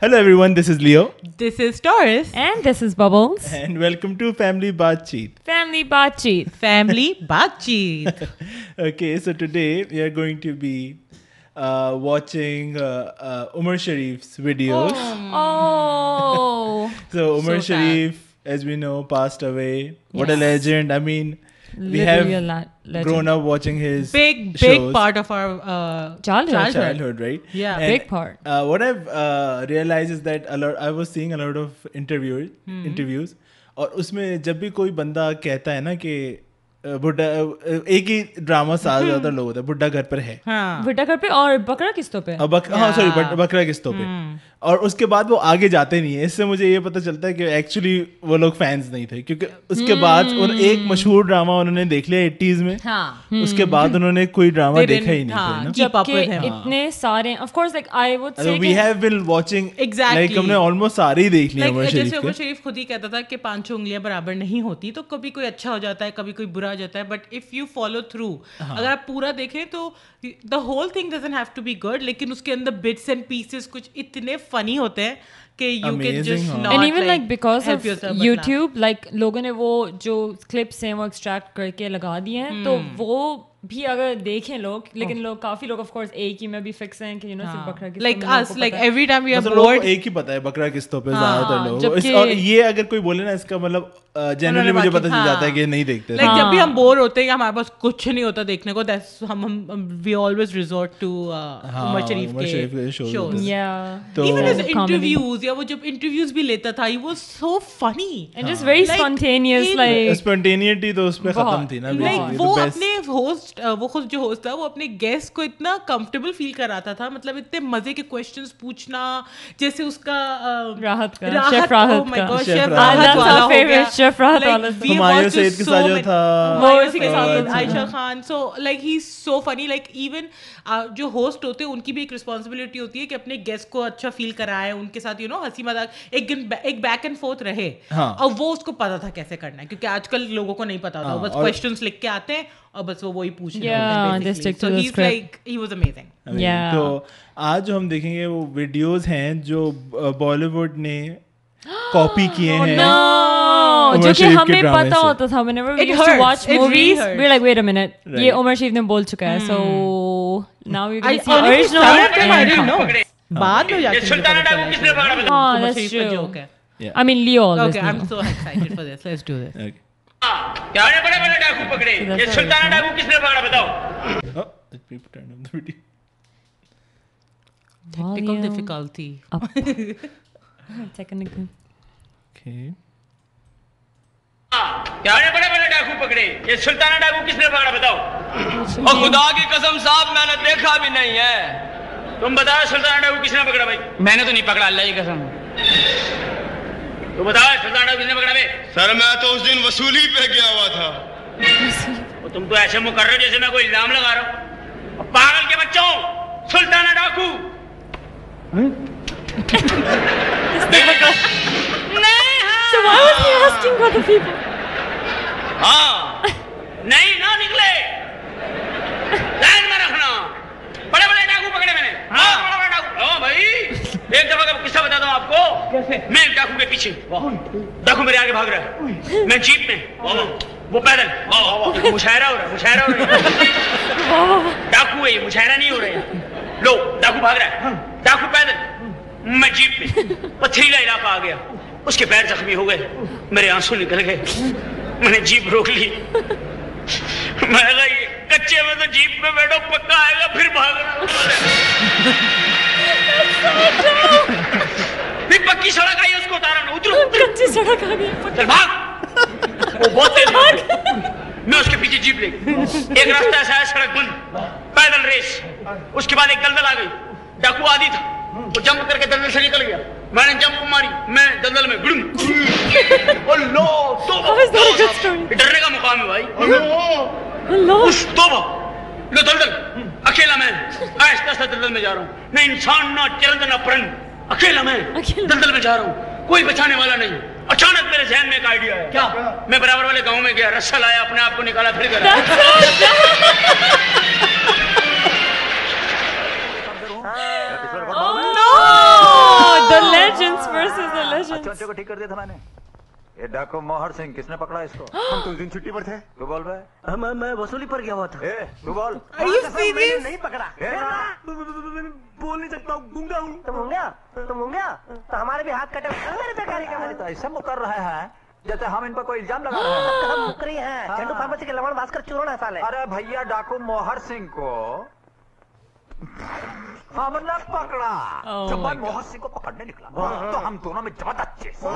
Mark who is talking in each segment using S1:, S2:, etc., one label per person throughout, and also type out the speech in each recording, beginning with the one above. S1: Hello, everyone. This is Leo,
S2: This is Doris.
S3: And this is Bubbles.
S1: and welcome to Family Baatcheet.
S3: Family Bachi.
S2: Family Bakjeet.
S1: Okay, so today we are going to be uh, watching uh, uh, Umar Sharif's videos.
S3: Oh.
S1: So Umar
S2: So sad.
S1: Sharif, as we know, passed away. What a
S3: Yes.
S1: legend! I mean, we
S3: Literally
S1: have
S3: a la- legend.
S1: grown up watching his
S2: Big, big
S1: shows.
S2: part of our uh,
S3: Childhood.
S1: childhood, right?
S2: Yeah.
S1: And,
S3: Big part.
S1: Uh, what I've uh, realized is that a lot, I was seeing a lot of interview
S2: Hmm.
S1: interviews और उसमें जब भी कोई बंदा कहता है ना कि अ, बुड्ढा अ, एक ही ड्रामा साल ज्यादा लोग होता है बुड्ढा घर पर है
S2: Hmm. Huh.
S3: भुट्टा घर पे और बकरा किस्तों पे
S1: अब बक, हाँ सॉरी बकरा किस्तों पे
S2: Hmm.
S1: और उसके बाद वो आगे जाते नहीं है इससे मुझे ये पता चलता है कि एक्चुअली वो लोग फैंस नहीं थे क्योंकि उसके
S2: Hmm.
S1: बाद उन एक मशहूर ड्रामा उन्होंने देख लिया एट्टीज में
S2: Huh. Hmm.
S1: उसके बाद उन्होंने कोई ड्रामा
S2: They
S1: देखा ही
S2: didn't- ہاں،
S1: नहीं था
S2: हाँ,
S1: ना
S2: keep up
S3: जबकि
S2: with him.
S3: इतने सारे of course like I would
S1: अरे
S3: से
S1: we have been watching
S2: Exactly.
S1: like हमने almost सारे ही देख लिए
S2: Like, uh,
S1: उमर
S2: जैसे उमर
S1: शरीफ के
S2: शरीफ खुद ही कहता था कि पांचों उंगलियां बराबर नहीं होती तो कभी कोई अच्छा हो जाता है कभी कोई बुरा हो जाता है but if you follow through अगर आप पूरा देखें तो the whole thing doesn't have to be good लेकिन उसके अंदर बिट्स एंड पीसेस कुछ इतने फनी होते हैं कि यू कैन
S1: Amazing,
S2: जस्ट
S1: हाँ.
S2: Not
S3: and even like because of
S2: help yourself, but laugh.
S3: YouTube like लोगों ने वो जो क्लिप्स हैं वो एक्सट्रैक्ट करके लगा दिए हैं तो
S2: Hmm.
S3: वो भी अगर देखें लोग लेकिन लोग काफी लोग ऑफ कोर्स एक ही में भी फिक्स हैं कि यू नो सिर्फ बकरा किस्तों
S2: Oh. Ah. like
S3: में लोगों
S2: us
S3: को
S2: like
S3: पता है।
S2: every time we are
S1: मतलब लोगों को
S2: bored
S1: एक ही पता है बकरा किस्तों पे ज्यादातर लोग इस-
S3: जबकि-
S1: और ये अगर कोई बोले ना इसका मतलब जनरली मुझे
S2: बाकी-
S1: पता चल
S2: हाँ।
S1: जाता है कि नहीं देखते
S2: लाइक जब भी हम बोर होते हैं हमारे पास कुछ नहीं होता देखने को दैट्स हम हम we always resort to Umar Sharif
S1: Umar Sharif के
S2: uh, के
S1: shows
S2: shows.
S1: होते
S3: Yeah.
S1: तो
S2: Even his
S3: Stand-up comedy.
S2: interviews या वो जब interviews भी लेता था he was so funny
S3: And just very
S1: Ah.
S2: Like,
S3: spontaneous,
S2: in-
S3: like
S1: spontaneity तो उस पे
S3: बहुत।
S1: खत्म थी ना
S2: like
S1: basically,
S2: वो
S1: the best.
S2: अपने होस्ट वो खुद जो होस्ट था वो अपने गेस्ट को इतना कंफर्टेबल फील कराता था मतलब इतने मजे के क्वेश्चंस पूछना जैसे उसका अ,
S3: राहत का,
S2: राहत
S3: शेफ राहत
S2: oh my
S3: का।
S2: God,
S1: chef
S2: chef
S1: Rahat.
S2: Rahat
S1: That's
S2: वाला
S3: our
S2: हो गया।
S3: favorite, शेफ राहत
S2: Like,
S3: वाला।
S2: we
S1: हुमायूं
S2: watched
S1: सैयद के
S2: so
S1: साथ जो
S2: many- Oh,
S1: था।
S2: हुमायूं
S3: वो उसी
S2: के
S3: के
S2: साथ
S3: साथ
S2: था।
S3: था।
S2: आयशा खान सो लाइक ही सो फनी लाइक इवन जो होस्ट होते हैं उनकी भी एक रिस्पॉन्सिबिलिटी होती है कि अपने गेस्ट को अच्छा फील कराए उनके साथ यू नो हंसी मजाक एक दिन एक बैक एंड फोर्थ रहे
S1: हाँ।
S2: और वो उसको पता था कैसे करना है क्योंकि आजकल लोगों को नहीं पता होता
S1: हाँ,
S2: बस
S1: और-
S2: क्वेश्चंस लिख के आते हैं और बस वो वही पूछ रहे
S3: Yeah,
S2: होते हैं
S3: they
S2: basically.
S3: stick to
S2: So
S3: the
S2: he's
S3: script.
S2: like- he was amazing.
S1: Amazing.
S3: Yeah.
S1: तो आज जो हम देखेंगे वो वीडियोस हैं जो बॉलीवुड ने कॉपी किए
S2: Oh,
S1: हैं
S3: Oh, No,
S1: उमर
S3: जो कि
S1: शरीफ के
S3: हमें
S1: ड्रामे
S3: पता
S1: से।
S3: होता था whenever we
S2: It
S3: used to
S2: hurts.
S3: watch
S2: It really
S3: movies
S2: hurts.
S3: we're like wait a minute ये
S1: Right.
S3: उमर शरीफ ने बोल चुका है so now we're
S2: Hmm. I
S3: gonna see
S2: honestly
S3: original
S2: started them, I
S3: and
S2: didn't know.
S3: cover.
S2: बाद में जाके मुझे पता चला कि
S3: हाँ,
S2: उमर
S3: Oh, that's
S2: शरीफ का
S3: true.
S2: joke है।
S3: I mean Leo always
S2: Okay, I'm
S3: knew.
S2: so excited for this. Let's do this.
S1: Okay.
S4: बड़े बड़े बड़े डाकू पकड़े ये सुल्ताना डाकू किसने पकड़ा बताओ
S1: Oh, people turned off the video.
S2: Technical
S3: Volume
S2: difficulty.
S3: up. Technical.
S1: Okay.
S4: ہاں، बड़े बड़े बड़े डाकू पकड़े ये सुल्ताना डाकू किसने पकड़ा बताओ और खुदा की कसम साहब मैंने देखा भी नहीं है तुम बताओ सुल्ताना डाकू किसने पकड़ा भाई मैंने तो नहीं पकड़ा अल्लाह की कसम तुम बताओ सुल्ताना डाकू किसने पकड़ा भाई
S5: سر میں تو اس دن وصولی پہ گیا ہوا تھا
S4: और तुम तो ऐसे मुकर रहे हो जैसे मैं कोई इल्जाम लगा रहा हूं और पागल के बच्चों सुल्ताना डाकू नहीं
S3: So
S4: हाँ
S3: why was he asking other people?
S4: हाँ नहीं ना निकले लाइन में रखना बड़े बड़े डाकू पकड़े मैंने हाँ बड़े बड़े डाकू हाँ भाई एक दफा का किस्सा बताता हूँ आपको कैसे मैं एक डाकू के पीछे डाकू मेरे आगे भाग रहा है मैं जीप में वाह, वाह। वो पैदल वाह, वाह, वाह। मुशायरा हो रहा है मुशायरा हो रहा है डाकू है ये मुशायरा नहीं हो रहा है लो डाकू भाग रहा है डाकू पैदल मैं जीप में पथरीला इलाका आ गया उसके पैर जख्मी हो गए मेरे आंसू निकल गए मैंने जीप रोक ली मैं कहा, ये कच्चे में तो जीप में बैठो पक्का आएगा फिर भागना फिर पक्की सड़क आई उसको उतारा ना उतरो उतरो
S3: कच्ची सड़क आ गई
S4: चल भाग वो बहुत तेज भागा। मैं उसके पीछे जीप ले गई। एक रास्ता ऐसा है सड़क बंद पैदल रेस उसके बाद एक दलदल आ गई डाकू आदि था वो जंप करके दलदल से निकल गया मैंने जंप मारी मैं दलदल में गुड़म और लो
S3: That was not a good
S4: तो
S3: story.
S4: डरने का मुकाम है भाई
S3: हेलो
S2: Oh,
S4: उस तोबा लो दलदल अकेला मैं आहिस्ता आहिस्ता दलदल में जा रहा हूँ न इंसान ना चरंद ना परन अकेला मैं
S3: अकेला।
S4: दलदल में जा रहा हूँ कोई बचाने वाला नहीं अचानक मेरे जहन में एक आइडिया है क्या मैं बराबर वाले गांव में गया रस्सा लाया अपने आप को निकाला फिर करा
S3: Oh, the myths versus the
S6: اچھا
S3: legends.
S6: کو ٹھیک کر دیا تھا میں نے یہ ڈاکو موہر سنگھ کس نے پکڑا اس کو ہم تو دن چھٹی پر تھے تو بول رہے
S7: ہاں، میں میں وصولی پر گیا ہوا تھا
S6: اے تو بول
S7: نہیں پکڑا
S6: اے،
S7: بول نہیں سکتا ہوں گونگا ہوں تم گونگا تم گونگا تو ہمارے بھی ہاتھ کٹے میرے بیکاری کا
S6: تو ایسے مکر رہے ہیں جیسے ہم ان پر کوئی الزام لگا رہے ہیں
S7: ہم مکری ہیں چنڈو پامپتی کے لمن بھاسکر چورن ہے سالے
S6: ارے بھیا ڈاکو موہر سنگھ کو ہم نے پکڑا
S3: Oh
S6: جب
S3: my
S6: میں موہر سنگھ کو پکڑنے نکلا تو ہم دونوں میں جہد اچھے سے۔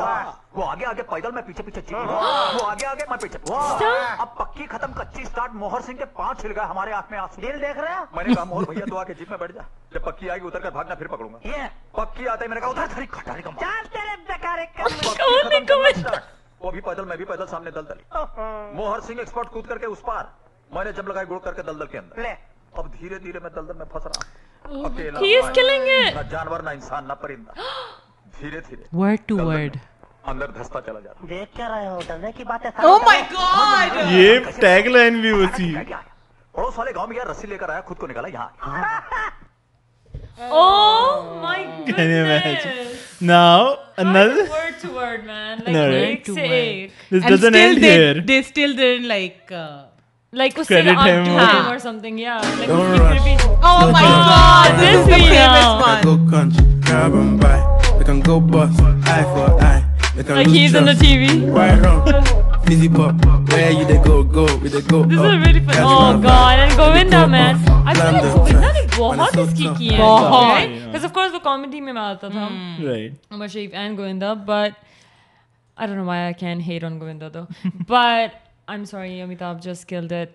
S6: وہ آگے آگے پیدل میں پیچھے پیچھے چلی۔ وہ آگے آگے میں پیچھے اب پکی ختم کچی سٹارٹ موہر سنگھ کے پانچ چھل گئے ہمارے آنکھ میں آنسو
S7: دل دیکھ رہے ہو
S6: میں نے کہا موہر بھیا تو آ کے جیپ میں بیٹھ جا جب پکی آئے گی اتر کر بھاگنا پھر پکڑوں گا
S7: یہ
S6: پکی آتا ہے میں نے کہا ادھر تھری کھٹاری کا مال۔
S7: چار تیرے بیکاری کا
S6: پکی
S3: کون
S6: ختم
S3: نے
S6: کرنا
S3: کمنٹ-
S6: start۔ وہ بھی پیدل میں بھی پیدل سامنے دل دل موہر سنگھ ایکسپرٹ کود کر کے اس پار میں نے جب لگائی گڑ کر کے دلدل کے اندر
S7: لے
S6: اب دھیرے دھیرے میں دلدل میں پھنس رہا ہوں۔ اکیلا
S3: Oh He is
S6: ہوں۔
S3: killing it.
S6: نہ جانور نہ انسان نہ پرندہ دھیرے دھیرے
S2: Word to
S6: دلدل میں
S2: word.
S6: اندر دھستا چلا جا رہا
S7: دیکھ کیا رہے ہو ڈرنے کی بات ہے
S2: Oh my god!
S1: یہ ٹیگ لائن بھی
S6: ہوں۔
S1: وسیع
S6: کیا کیا آیا؟ پڑوس والے گاؤں میں یار رسی لے کر آیا خود کو نکالا یہاں آیا۔
S3: Oh my goodness.
S1: Now
S3: Another
S1: another
S3: word to word, man. Like
S1: No, right?
S2: Word
S3: lyrics
S2: to
S3: to
S2: word.
S3: ache.
S1: this
S2: And
S1: doesn't
S2: still
S1: end
S2: they,
S1: here
S2: they still didn't like. Uh,
S3: Like usse
S1: Credit
S3: up
S1: him
S3: to
S1: or-
S3: him or something. Yeah. Like
S8: Don't
S3: he
S8: rush.
S3: could be-
S2: oh my god! This is the
S3: Wow.
S8: I
S2: famous
S8: go
S2: one.
S8: crunch, grab and buy. They can go bust, eye for eye. They can
S3: Like
S8: lose
S3: he's on the
S8: trust.
S3: TV.
S8: Right wrong, fizzy pop. Where you they go, go, we they go.
S3: This
S8: up.
S3: is really fun.
S8: Catch
S3: Oh
S8: my
S3: god, and
S8: vibe. They
S3: Govinda
S8: go
S3: man.
S8: up,
S3: I
S8: slam
S3: think
S8: the
S3: Govinda ne
S8: track. When
S3: बहुत
S8: it's so
S3: इसकी
S8: tough.
S3: की है.
S2: बहुत.
S3: Because of course वो comedy में आता था.
S1: right
S3: Umar Sharif Mm. and Govinda, but I don't know why I can't hate on Govinda though. but I'm sorry, Amitabh just killed it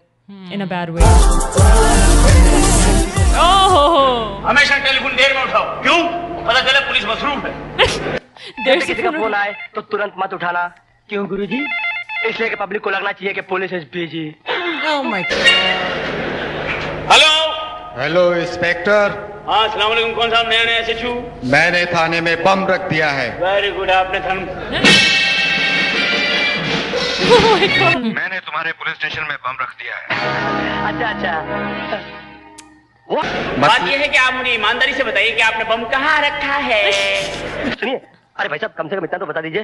S3: in a bad way. Oh,
S4: ہمیشہ ٹیلی phone دیر میں اٹھاؤ کیوں پتا چلا police مصروف ہے
S3: there's
S7: کسی کا فون آئے تو ترنت مت اٹھانا کیوں گرو جی اس لیے کہ پبلک کو لگنا چاہیے کہ police is busy
S2: Oh my god!
S4: Hello
S9: hello inspector
S4: ہاں السلام علیکم کون صاحب نیا نیا ایس ایچ
S9: میں نے تھانے میں بم رکھ دیا ہے
S4: ویری گڈ آپ نے تھن
S3: oh my god.
S9: میں نے تمہارے پولیس اسٹیشن میں بم رکھ دیا ہے
S7: اچھا اچھا
S4: بات یہ ہے کہ آپ مجھے ایمانداری سے بتائیے کہ آپ نے بم کہاں رکھا ہے
S7: سنیے ارے بھائی صاحب کم سے کم اتنا تو بتا دیجئے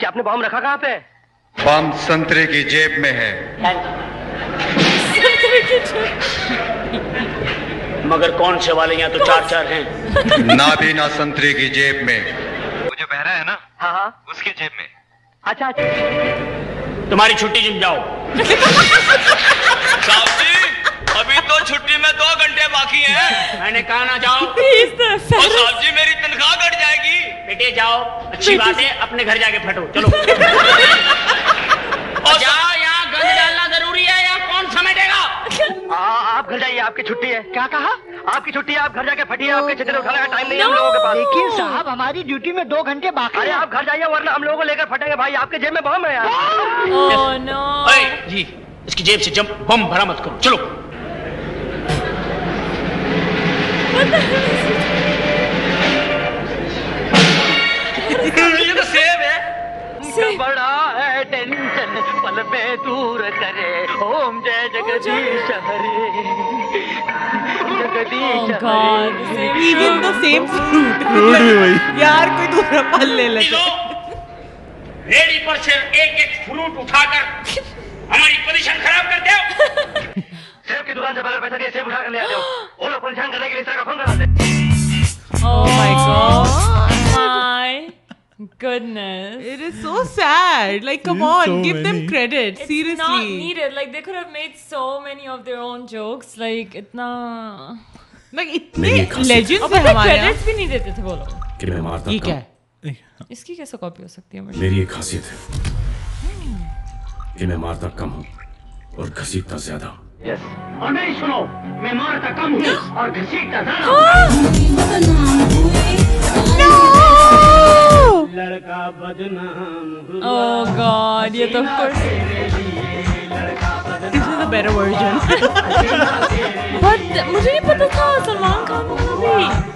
S7: کہ آپ نے بام رکھا کہاں پہ
S9: بم سنترے کی جیب میں ہے
S4: مگر کون سے والے یہاں تو چار چار ہیں
S9: نابینا سنترے کی جیب میں وہ جو بہرا ہے نا
S7: ہاں ہاں
S9: اس کی جیب میں
S7: اچھا اچھا
S4: تمہاری چھٹی جم جاؤ صاحب جی ابھی تو چھٹی میں دو گھنٹے باقی ہیں میں نے کہا نہ جاؤ
S3: He's the
S4: اور
S3: fattest.
S4: صاحب جی میری تنخواہ کٹ جائے گی بیٹے جاؤ اچھی بات ہے اپنے گھر جا کے پھٹو چلو اور جاؤ یہاں گند ڈالنا ضروری ہے یہاں کون سمیٹے گا
S7: آپ گھر جائیے آپ کی چھٹی ہے کیا کہا آپ کی چھٹی ہے آپ گھر جا کے پھٹیے آپ کے چتر اٹھانے کا ٹائم نہیں ہے ہم لوگوں کے پاس لیکن صاحب ہماری ڈیوٹی میں دو گھنٹے باقی ارے آپ گھر جائیے ورنہ ہم لوگوں کو لے کر پھٹیں گے بھائی آپ کے جیب میں بم ہے یار
S3: Oh no.
S4: اے جی اس کی جیب سے جم بم بھرا مت کرو چلو یہ تو سیب ہے
S7: بڑا ہے ٹینشن پل میں دور کرے اوم جے جگدیش ہرے
S3: Oh
S7: جگدیش ہرے
S3: god. the same
S2: Even
S3: show.
S2: the same fruit.
S1: Fruit भी वही।
S2: यार कोई दूसरा फल ले लेते
S4: ریڈی پر سے ایک ایک فروٹ اٹھا کر ہماری پوزیشن خراب کر دو
S7: سیب کی دکان سے بغیر پیسہ دیے سیب اٹھا کر لے آتے ہو وہ لوگ پریشان کرنے کے لیے اس طرح کا فون کراتے ہیں
S3: Oh my god. My goodness.
S2: It is so sad. Like, come
S1: It is
S2: on,
S1: so
S2: give them
S1: many.
S2: credit.
S3: It's
S2: Seriously.
S3: not needed. Like they could have made so many of their own jokes. Like itna.
S2: Like, इतने legends
S3: But
S2: हैं
S3: the
S2: हमारे यहाँ.
S3: credits भी नहीं देते थे वो लोग.
S10: कि मैं मारता
S2: ये क्या
S10: था
S2: है?
S3: इसकी कैसे कॉपी हो सकती है मुझे
S10: मेरी एक खासियत है कि मैं मारता कम हूँ और घसीटता ज्यादा
S4: اور نہیں سنو میں مارتا کم ہوں اور گھسیٹتا زیادہ ہوں۔
S3: Oh God, yeah, of course.
S2: This is the better version.
S3: But मुझे नहीं पता था सलमान खान का भी.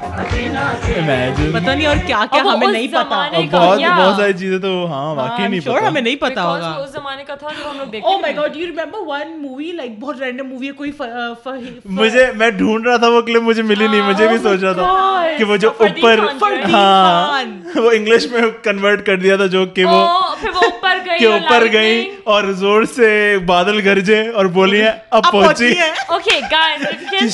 S1: imagine
S2: पता नहीं और क्या क्या
S3: अब वो
S2: हमें
S3: उस
S2: नहीं पता
S3: जमाने
S1: अब बहुत
S3: Yeah.
S1: बहुत सारी चीजें तो हाँ वाकई
S2: I'm
S1: नहीं
S2: sure
S1: पता
S2: हमें नहीं पता
S3: Because
S2: होगा
S3: वो उस जमाने का था जो हम लोग देखते
S2: Oh my
S3: थे.
S2: god, you remember one movie like बहुत random movie है कोई फ- अ, फ- फ-
S1: मुझे मैं ढूंढ रहा था वो क्लिप मुझे मिली नहीं मुझे भी
S3: Oh my
S1: सोच रहा था
S3: God.
S1: कि वो जो
S3: फरदीन
S1: ऊपर
S3: खान Oh जो
S1: हाँ
S2: फरदीन
S3: है।
S2: खान.
S1: وہ انگلش میں کنورٹ کر دیا تھا جوک کہ وہ
S3: پھر وہ اوپر گئی
S1: کہ اوپر گئی اور زور سے بادل گرجے اور بولی اب پہنچی
S3: okay guys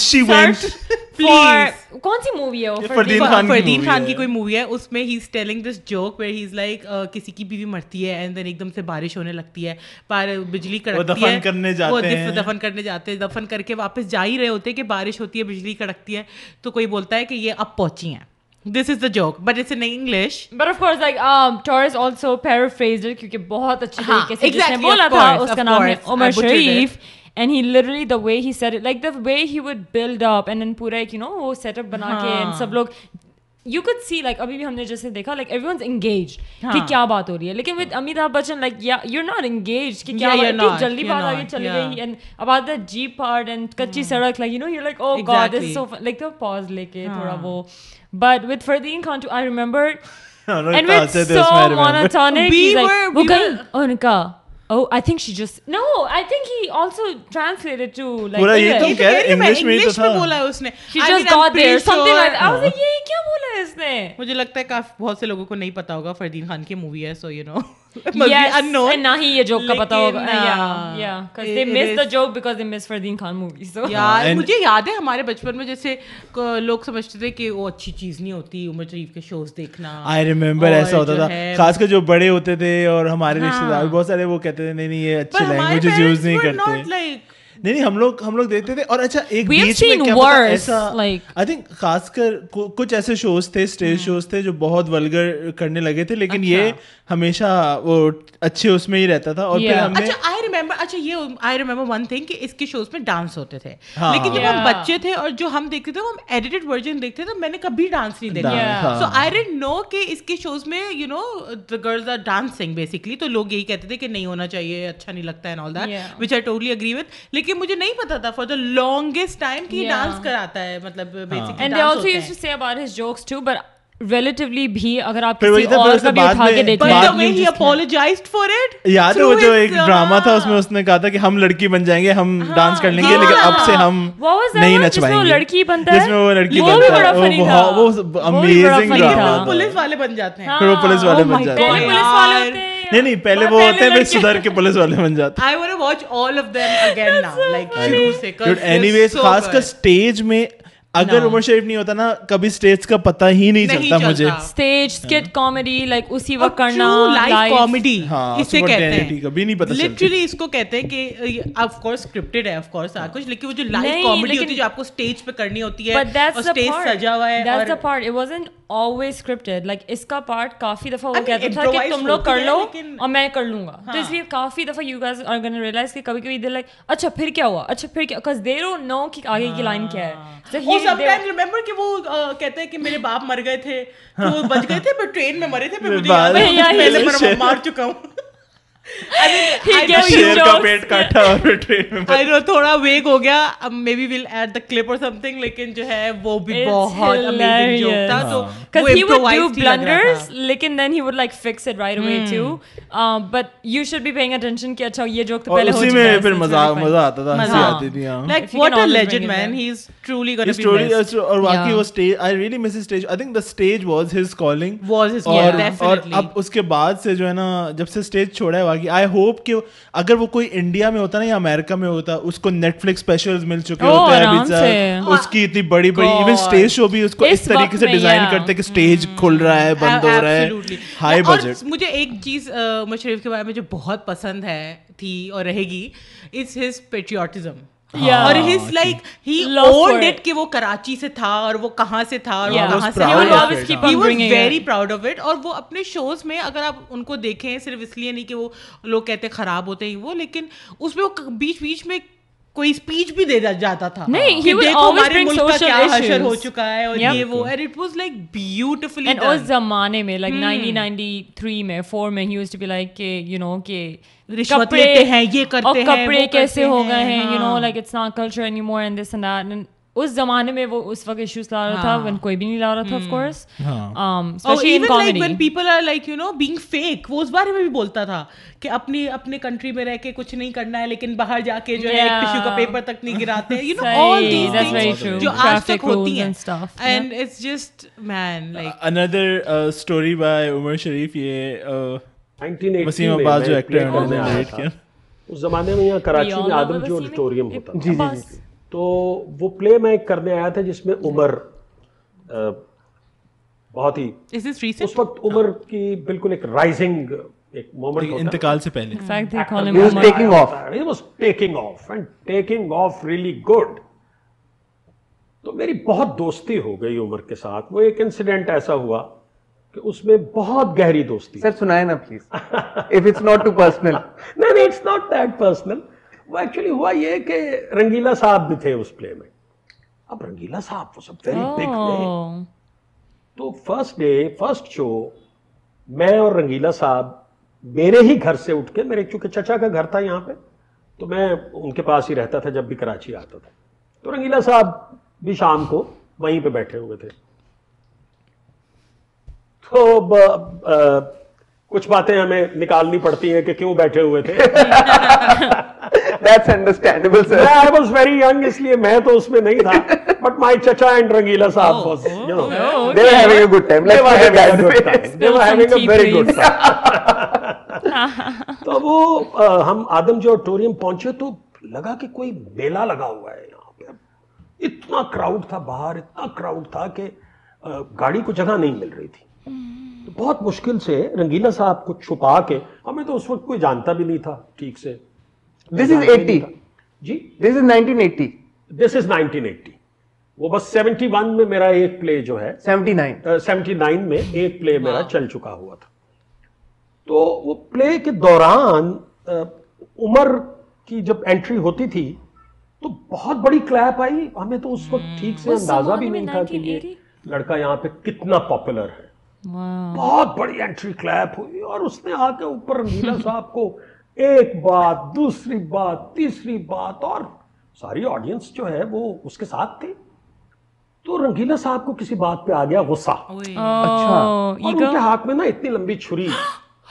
S1: She went.
S3: For کون سی مووی ہے وہ
S1: فردین
S3: فردین
S1: خان کی
S2: فردین
S1: movie
S2: خان کی
S1: ہے۔
S2: کوئی مووی ہے اس میں he is telling this joke where he is like uh, کسی کی بیوی مرتی ہے اینڈ دین ایک دم سے بارش ہونے لگتی ہے پر بجلی کڑکتی
S1: دفن کرنے
S2: ہے
S1: جاتے
S2: وہ
S1: ہیں۔
S2: دف- دفن کرنے جاتے ہیں دفن کر کے واپس جا ہی رہے ہوتے ہیں کہ بارش ہوتی ہے بجلی کڑکتی ہے تو کوئی بولتا ہے کہ یہ اب پہنچی ہیں this is the joke but it's in English
S3: but of course like tours also paraphrased کیونکہ بہت اچھے طریقے سے جس نے بولا تھا اس کا نام ہے Umar Sharif and he literally the way he set like the way he would build up and then پورا ایک یو نو وہ سیٹ اپ بنا کے and سب لوگ یو کڈ سی لائک ابھی بھی ہم نے جیسے دیکھا لائک ایوری ونز انگیج کہ کیا بات ہو رہی ہے لیکن وتھ امیتابھ بچن لائک یا یو آر ناٹ انگیج کہ کیا جلدی بات آگے چلی گئی and about the G part and کچی سڑک like you know you like oh God so like تو پاز لے کے تھوڑا وہ but with Fardeen Khan to I remember
S1: ہم لوگ
S3: And
S1: تو
S3: we're
S1: ہنسے تھے اس میں، I
S3: so
S1: remember۔
S3: monotonic.
S2: We
S3: He's
S2: were-
S3: like, وہ
S2: we
S3: گئی
S2: were-
S3: اور ان کا Oh, I think she just no. I think he also translated to like
S1: پورا یہ تو
S3: English.
S1: کہہ رہے- English میں ہی تو
S2: انگلش میں
S1: تھا۔
S2: بولا ہے اس نے
S3: She
S2: I mean,
S3: just
S2: I'm
S3: got there.
S2: pretty
S3: Something like
S2: sure-
S3: that. I was like, یہ کیا بولا ہے اس نے?
S2: مجھے لگتا ہے کافی بہت سے لوگوں کو نہیں پتا ہوگا فردین خان کی مووی ہے so you know
S3: Yes. And نہ ہی یہ joke کا پتا ہوگا.
S2: لیکن،
S3: Yeah,
S2: ah,
S3: yeah. 'Cause
S2: it-
S3: they
S2: it
S3: missed
S2: is-
S3: the joke because they missed Ferdinand Khan movie. So
S2: یار
S1: Ah, and-
S2: مجھے یاد ہے ہمارے بچپن میں جیسے ک- لوگ سمجھتے تھے کہ وہ اچھی چیز نہیں ہوتی عمر شریف کے شوز دیکھنا
S1: آئی ریمبر
S2: اور
S1: ایسا ہوتا
S2: جو
S1: تھا
S2: ہے-
S1: خاص کر جو بڑے ہوتے تھے اور ہمارے رشتے دار بہت سارے وہ کہتے تھے نہیں نہیں یہ
S2: پر
S1: اچھی
S2: ہمارے
S1: لینگویجز یوز
S2: parents
S1: نہیں
S2: were
S1: کرتے
S2: not like-
S1: نہیں نہیں ہم لوگ ہم لوگ دیکھتے تھے اور اچھا ایک
S3: We have
S1: بیچ میں
S3: seen
S1: کیا پتا
S3: worse,
S1: ایسا
S3: like- ہاں۔
S1: آئی تھنک خاص کر کو- کچھ ایسے شوز تھے اسٹیج شوز تھے جو بہت ولگر کرنے لگے تھے لیکن یہ ہمیشہ وہ اچھے اس میں ہی رہتا تھا اور پھر
S3: اچھا۔ Yeah.
S1: ہم نے
S2: اچھا آئی ریمبر اچھا یہ آئی ریمبر ون تھنگ کہ اس کے شوز میں ڈانس ہوتے تھے
S1: ہاں،
S2: لیکن جب ہم بچے تھے اور جو ہم دیکھتے تھے وہ ہم ایڈیٹڈ ورژن دیکھتے تھے میں نے کبھی ڈانس نہیں
S1: ہاں۔
S2: دیکھا سو آئی ڈنٹ نو کہ اس کے شوز میں you know the girls are dancing basically تو لوگ یہی کہتے تھے کہ نہیں ہونا چاہیے اچھا نہیں لگتا ہے all that which I totally agree with لیکن مجھے نہیں پتا تھا فار دا لانگیسٹ ٹائم کہ ڈانس کراتا ہے مطلب
S3: ہاں. and they also
S2: basically
S3: used to say about his jokes too, but relatively بھی اگر آپ
S1: پھر وہی
S3: کسی
S1: تھا، پھر
S3: اور
S1: اس
S3: کا
S1: نے
S3: بھی
S1: بعد
S3: اٹھا کے
S1: میں-
S3: دیکھ
S1: بعد
S3: لیں
S1: میں
S2: ہی اپالوجائز فار اٹ
S1: یاد ہے وہ جو ایک
S2: uh,
S1: ڈراما تھا اس میں اس نے کہا تھا کہ ہم لڑکی بن جائیں گے ہم
S3: ہاں،
S1: ڈانس کر لیں گے لیکن اب سے ہم نہیں نچ پائیں گے جس میں وہ لڑکی بنتا ہے وہ امیزنگ
S2: وہ
S1: ڈراما
S2: پولیس والے بن جاتے ہیں
S3: ہاں.
S1: پھر وہ
S3: Ah,
S1: پولیس
S3: oh
S1: والے بن جاتے ہیں نہیں نہیں پہلے وہ ہوتے ہیں پھر سدھر کے پولیس والے بن جاتے
S2: I want to watch all of them again now. Like, شروع سے. 'cause they're
S1: anyways
S2: so
S1: خاص کر
S2: good.
S1: اسٹیج میں اگر عمر شریف نہیں ہوتا نا کبھی اسٹیج کا پتہ ہی نہیں چلتا مجھے
S3: اسٹیج اسکٹ کامیڈی لائک اسی
S2: اور
S3: وقت کرنا
S2: true life
S3: live.
S2: comedy
S1: ہاں،
S2: اسے
S1: super
S2: کہتے
S1: identity
S2: ہیں.
S1: کبھی نہیں پتہ چلتی۔
S2: Literally اس کو کہتے ہیں کہ of course scripted ہے of course سارا کچھ لیکن وہ جو live
S3: نہیں،
S2: comedy ہوتی ہے
S3: لیکن-
S2: جو آپ کو stage پہ کرنی ہوتی ہے
S3: But that's
S2: اور
S3: the
S2: stage
S3: part.
S2: سجا ہوا ہے
S3: That's
S2: اور
S3: the part. It wasn't always scripted. Like, اس کا part کافی دفعہ وہ
S2: I mean,
S3: کہتا تھا کہ
S2: improvised
S3: تم لوگ
S2: ہوتی
S3: کر
S2: ہے،
S3: لو
S2: لیکن-
S3: اور میں کر لوں گا تو اس لیے کافی دفعہ you guys are gonna realize کہ کبھی کبھی دے لائک اچھا پھر کیا ہوا اچھا پھر کیا بیکاز دے ڈونٹ نو کہ آگے کی لائن کیا ہے
S2: اور sometimes remember کہ وہ آ، کہتے ہیں کہ میرے باپ مر گئے تھے تو وہ بچ گئے تھے پر ٹرین میں مرے تھے پر مجھے یاد ہے
S1: بال-
S2: میں پہلے
S1: شیر-
S2: پر مار چکا ہوں I mean, I
S3: He
S2: know
S3: gave
S2: you
S1: شیر کا
S3: jokes.
S1: پیٹ کاٹا اور پھر ٹرین میں
S2: I know, تھوڑا ویگ ہو گیا maybe will at the clip اور سم تھنگ لیکن جو ہے وہ بھی
S3: It's
S2: بہت امیزنگ جوک تھا تو
S3: Because
S2: وہ
S3: he would do
S2: improvised ہی لگ رہا
S3: blunders,
S2: تھا۔
S3: لیکن then he would like fix it right
S2: Hmm.
S3: away too. Uh, but you should be paying attention کہ اچھا یہ joke تو
S1: اور
S3: پہلے ہو
S1: اسی
S3: چکا
S1: میں
S3: ہے. so
S1: پھر
S3: it's
S1: مزہ
S3: really funny.
S1: مزہ آتا تھا ہنسی آتی تھی ہاں
S2: Like
S3: If you
S2: what
S3: can
S2: a
S3: always bring
S2: legend
S3: it
S2: man,
S3: back.
S2: he's truly gonna be
S1: story
S2: missed.
S1: اور واقعی وہ stage I really miss stage I think the stage was his calling
S2: Was his
S1: اور
S2: call,
S1: اور
S2: definitely.
S1: اب اس کے بعد سے جو ہے نا جب سے اسٹیج چھوڑا ہے واقعی آئی ہوپ کہ اگر وہ کوئی انڈیا میں ہوتا نا یا امیرکا میں ہوتا اس کو نیٹ فلکس اسپیشل مل چکے
S3: اوہ،
S1: ہوتے ہیں
S3: آرام
S1: ابھی تک
S3: سے۔
S1: اس کی اتنی بڑی بڑی
S2: God.
S1: ایون اسٹیج شو بھی اس کو
S3: اس
S1: اس طریقے
S3: وقت
S1: سے
S3: میں،
S1: ڈیزائن
S3: yeah.
S1: کرتے ہیں کہ اسٹیج کھل رہا ہے بند ہو رہا ہے
S2: Absolutely.
S1: ہائی
S2: اور
S1: بجٹ
S2: مجھے ایک چیز آ، مشرف کے بارے میں جو بہت پسند ہے تھی اور رہے گی از ہز پیٹریوٹزم
S3: Yeah.
S2: اور ہز
S1: ہاں،
S2: لائک
S1: جی۔
S2: He
S3: Love for
S2: owned
S3: it.
S2: It کہ وہ کراچی سے تھا اور وہ کہاں سے تھا اور وہ
S3: Yeah.
S2: کہاں
S1: He was
S2: سے
S1: proud of it.
S3: Keep on bringing it.
S2: Very proud of it اور وہ اپنے شوز میں اگر آپ ان کو دیکھیں صرف اس لیے نہیں کہ وہ لوگ کہتے ہیں خراب ہوتے ہیں وہ لیکن اس میں وہ بیچ بیچ میں کوئی اسپیچ بھی دے جا- جاتا تھا
S3: نہیں, he
S2: کہ
S3: would
S2: دیکھو
S3: always
S2: ہمارے
S3: bring
S2: ملک کا
S3: social
S2: کیا حشر
S3: issues.
S2: ہو چکا ہے اور
S3: Yeah.
S2: یہ وہ and it was like beautifully
S3: and اس
S2: done. Hmm.
S3: زمانے میں لائک نائنٹین نائنٹی تھری میں فور میں ہی used to be like کہ یو نو کہ
S2: رشوت
S3: کپڑے-
S2: لیتے ہیں، یہ کرتے
S3: اور
S2: ہیں، وہ
S3: کپڑے
S2: کرتے
S3: کیسے ہو
S2: ہیں،
S3: گئے ہیں یو
S2: ہاں۔
S3: Know like it's not culture anymore and this and that اس زمانے میں وہ اس وقت ایشوز لا رہا تھا when کوئی بھی نہیں لا رہا تھا آف کورس Um,
S2: اور
S3: especially in
S2: Hmm. Oh, like when
S3: comedy
S2: people are like you know being fake وہ اس بارے میں بھی بولتا تھا کہ اپنی اپنے country میں رہ کے کچھ نہیں کرنا ہے لیکن باہر جا کے جو ہے ایک
S3: Yeah.
S2: ٹشو کا پیپر تک نہیں گراتے you know
S3: صحیح,
S2: all these
S3: that's very true.
S2: things جو آج
S3: Traffic
S2: تک ہوتی
S3: rules
S2: ہیں
S3: and stuff, yeah.
S2: and it's just man like
S1: اندر اسٹوری بائی عمر شریف یہ وسیم عباس جو ایکٹر ہیں انہوں نے narrate کیا
S6: اس زمانے میں یہاں کراچی میں آدم جو آڈیٹوریم ہوتا تھا تو وہ پلے میں ایک کرنے آیا تھا جس میں عمر بہت ہی
S2: is this recent
S6: اس وقت عمر کی بالکل ایک رائزنگ ایک مومنٹ
S1: انتقال سے پہلے
S3: fact they call
S6: He was
S3: ہم
S6: taking off. He was taking off and taking off really good. تو میری بہت دوستی ہو گئی عمر کے ساتھ وہ ایک انسیڈنٹ ایسا ہوا کہ اس میں بہت گہری دوستی
S11: سر سنائے نا please if it's not too personal
S6: نہیں نہیں اٹس ناٹ دیٹ پرسنل وہ ایکچولی ہوا یہ کہ رنگیلا صاحب بھی تھے اس پلے میں اب رنگیلا صاحب وہ سب ویری
S3: Oh.
S6: بگ تھے تو فرسٹ ڈے فرسٹ شو میں اور رنگیلا صاحب میرے ہی گھر سے اٹھ کے میرے چونکہ چچا کا گھر تھا یہاں پہ تو میں ان کے پاس ہی رہتا تھا جب بھی کراچی آتا تھا تو رنگیلا صاحب بھی شام کو وہیں پہ بیٹھے ہوئے تھے تو ب- آ، کچھ باتیں ہمیں نکالنی پڑتی ہیں کہ کیوں بیٹھے ہوئے تھے
S11: that's understandable sir
S6: I was very young اس لیے میں تو اس میں نہیں تھا بٹ مائی چچا اینڈ رنگیلا صاحب was, you know,
S11: they are having a good time
S6: they
S11: let's
S6: were having a good
S11: get
S6: time. They were having a very good time. تو وہ آ، ہم آدم جو آڈیٹوریم پہنچے تو لگا کہ کوئی میلہ لگا ہوا ہے یہاں پہ اتنا کراؤڈ تھا باہر اتنا کراؤڈ تھا کہ آ، گاڑی کو جگہ نہیں مل رہی تھی تو بہت مشکل سے رنگیلا صاحب کو چھپا کے ہمیں تو اس وقت کوئی جانتا بھی نہیں تھا ٹھیک سے
S11: دس از 80
S6: جی
S11: this is 1980
S6: this is nineteen eighty وہ بس سیونٹی ون میں میرا ایک پلے جو ہے
S11: 79
S6: سیونٹی نائن میں ایک پلے میرا چل چکا ہوا تھا تو وہ پلے کے دوران عمر کی جب انٹری ہوتی تھی تو بہت بڑی کلیپ آئی ہمیں تو اس وقت ٹھیک سے اندازہ بھی نہیں تھا کہ یہ لڑکا یہاں پہ کتنا پاپولر ہے بہت بڑی انٹری کلیپ ہوئی اور اس نے آ کے اوپر رنگیلا صاحب کو ایک بات دوسری بات تیسری بات اور ساری آڈینس جو ہے وہ اس کے ساتھ تھی تو رنگیلا صاحب کو کسی بات پہ آ گیا غصہ
S3: اچھا
S6: اور ان کے ہاتھ میں نا اتنی لمبی چھری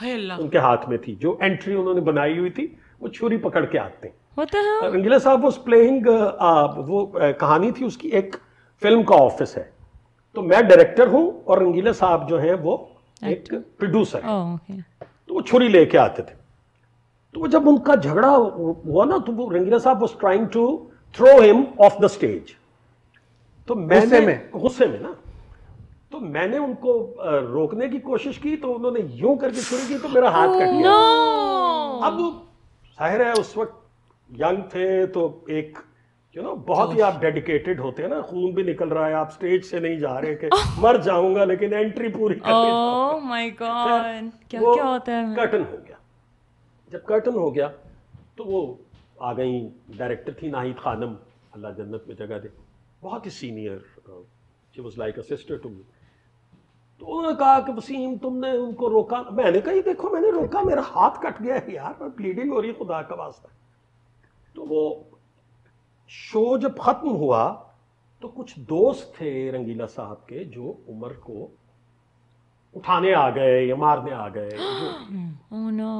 S2: ہے اللہ
S6: ان کے ہاتھ میں تھی جو انٹری انہوں نے بنائی ہوئی تھی وہ چھری پکڑ کے آتے ہیں
S3: ہوتا ہے
S6: رنگیلا صاحب واز پلینگ وہ کہانی تھی اس کی ایک فلم کا آفس ہے تو میں ڈائریکٹر ہوں اور رنگیلا صاحب جو ہیں وہ ایک پروڈیوسر ہیں
S3: اوکے
S6: تو وہ چھری لے کے آتے تھے تو وہ جب ان کا جھگڑا ہوا نا تو وہ رنگیلا صاحب واز ٹرائنگ ٹو تھرو ہم آف دا اسٹیج تو میں
S11: غصے
S6: نے
S11: میں؟
S6: غصے میں نا تو میں نے ان کو آ، روکنے کی کوشش کی تو انہوں نے یوں کر کے چھری کی تو میرا ہاتھ کٹ گیا اب ظاہر ہے اس وقت ینگ تھے تو ایک یو نو بہت ہی آپ ڈیڈیکیٹڈ ہوتے ہیں نا خون بھی نکل رہا ہے آپ سٹیج سے نہیں جا رہے کہ مر جاؤں گا لیکن انٹری پوری کر کے جاؤں گا۔
S3: او مائی گاڈ کیا
S6: وہ
S3: کیا ہوتا ہے
S6: کرٹن ہو گیا جب کرٹن ہو گیا تو وہ آ گئیں ڈائریکٹر تھی ناہید خانم اللہ جنت میں جگہ دے بہت ہی uh, senior she was like a sister to me تو انہوں نے کہا کہ وسیم تم نے ان کو روکا میں نے کہا یہ دیکھو میں نے روکا میرا ہاتھ کٹ گیا ہے یار میں بلیڈنگ ہو رہی ہے خدا کا واسطہ تو وہ شو جب ختم ہوا تو کچھ دوست تھے رنگیلا صاحب کے جو عمر کو اٹھانے آ گئے یا مارنے آ گئے جو
S3: او نو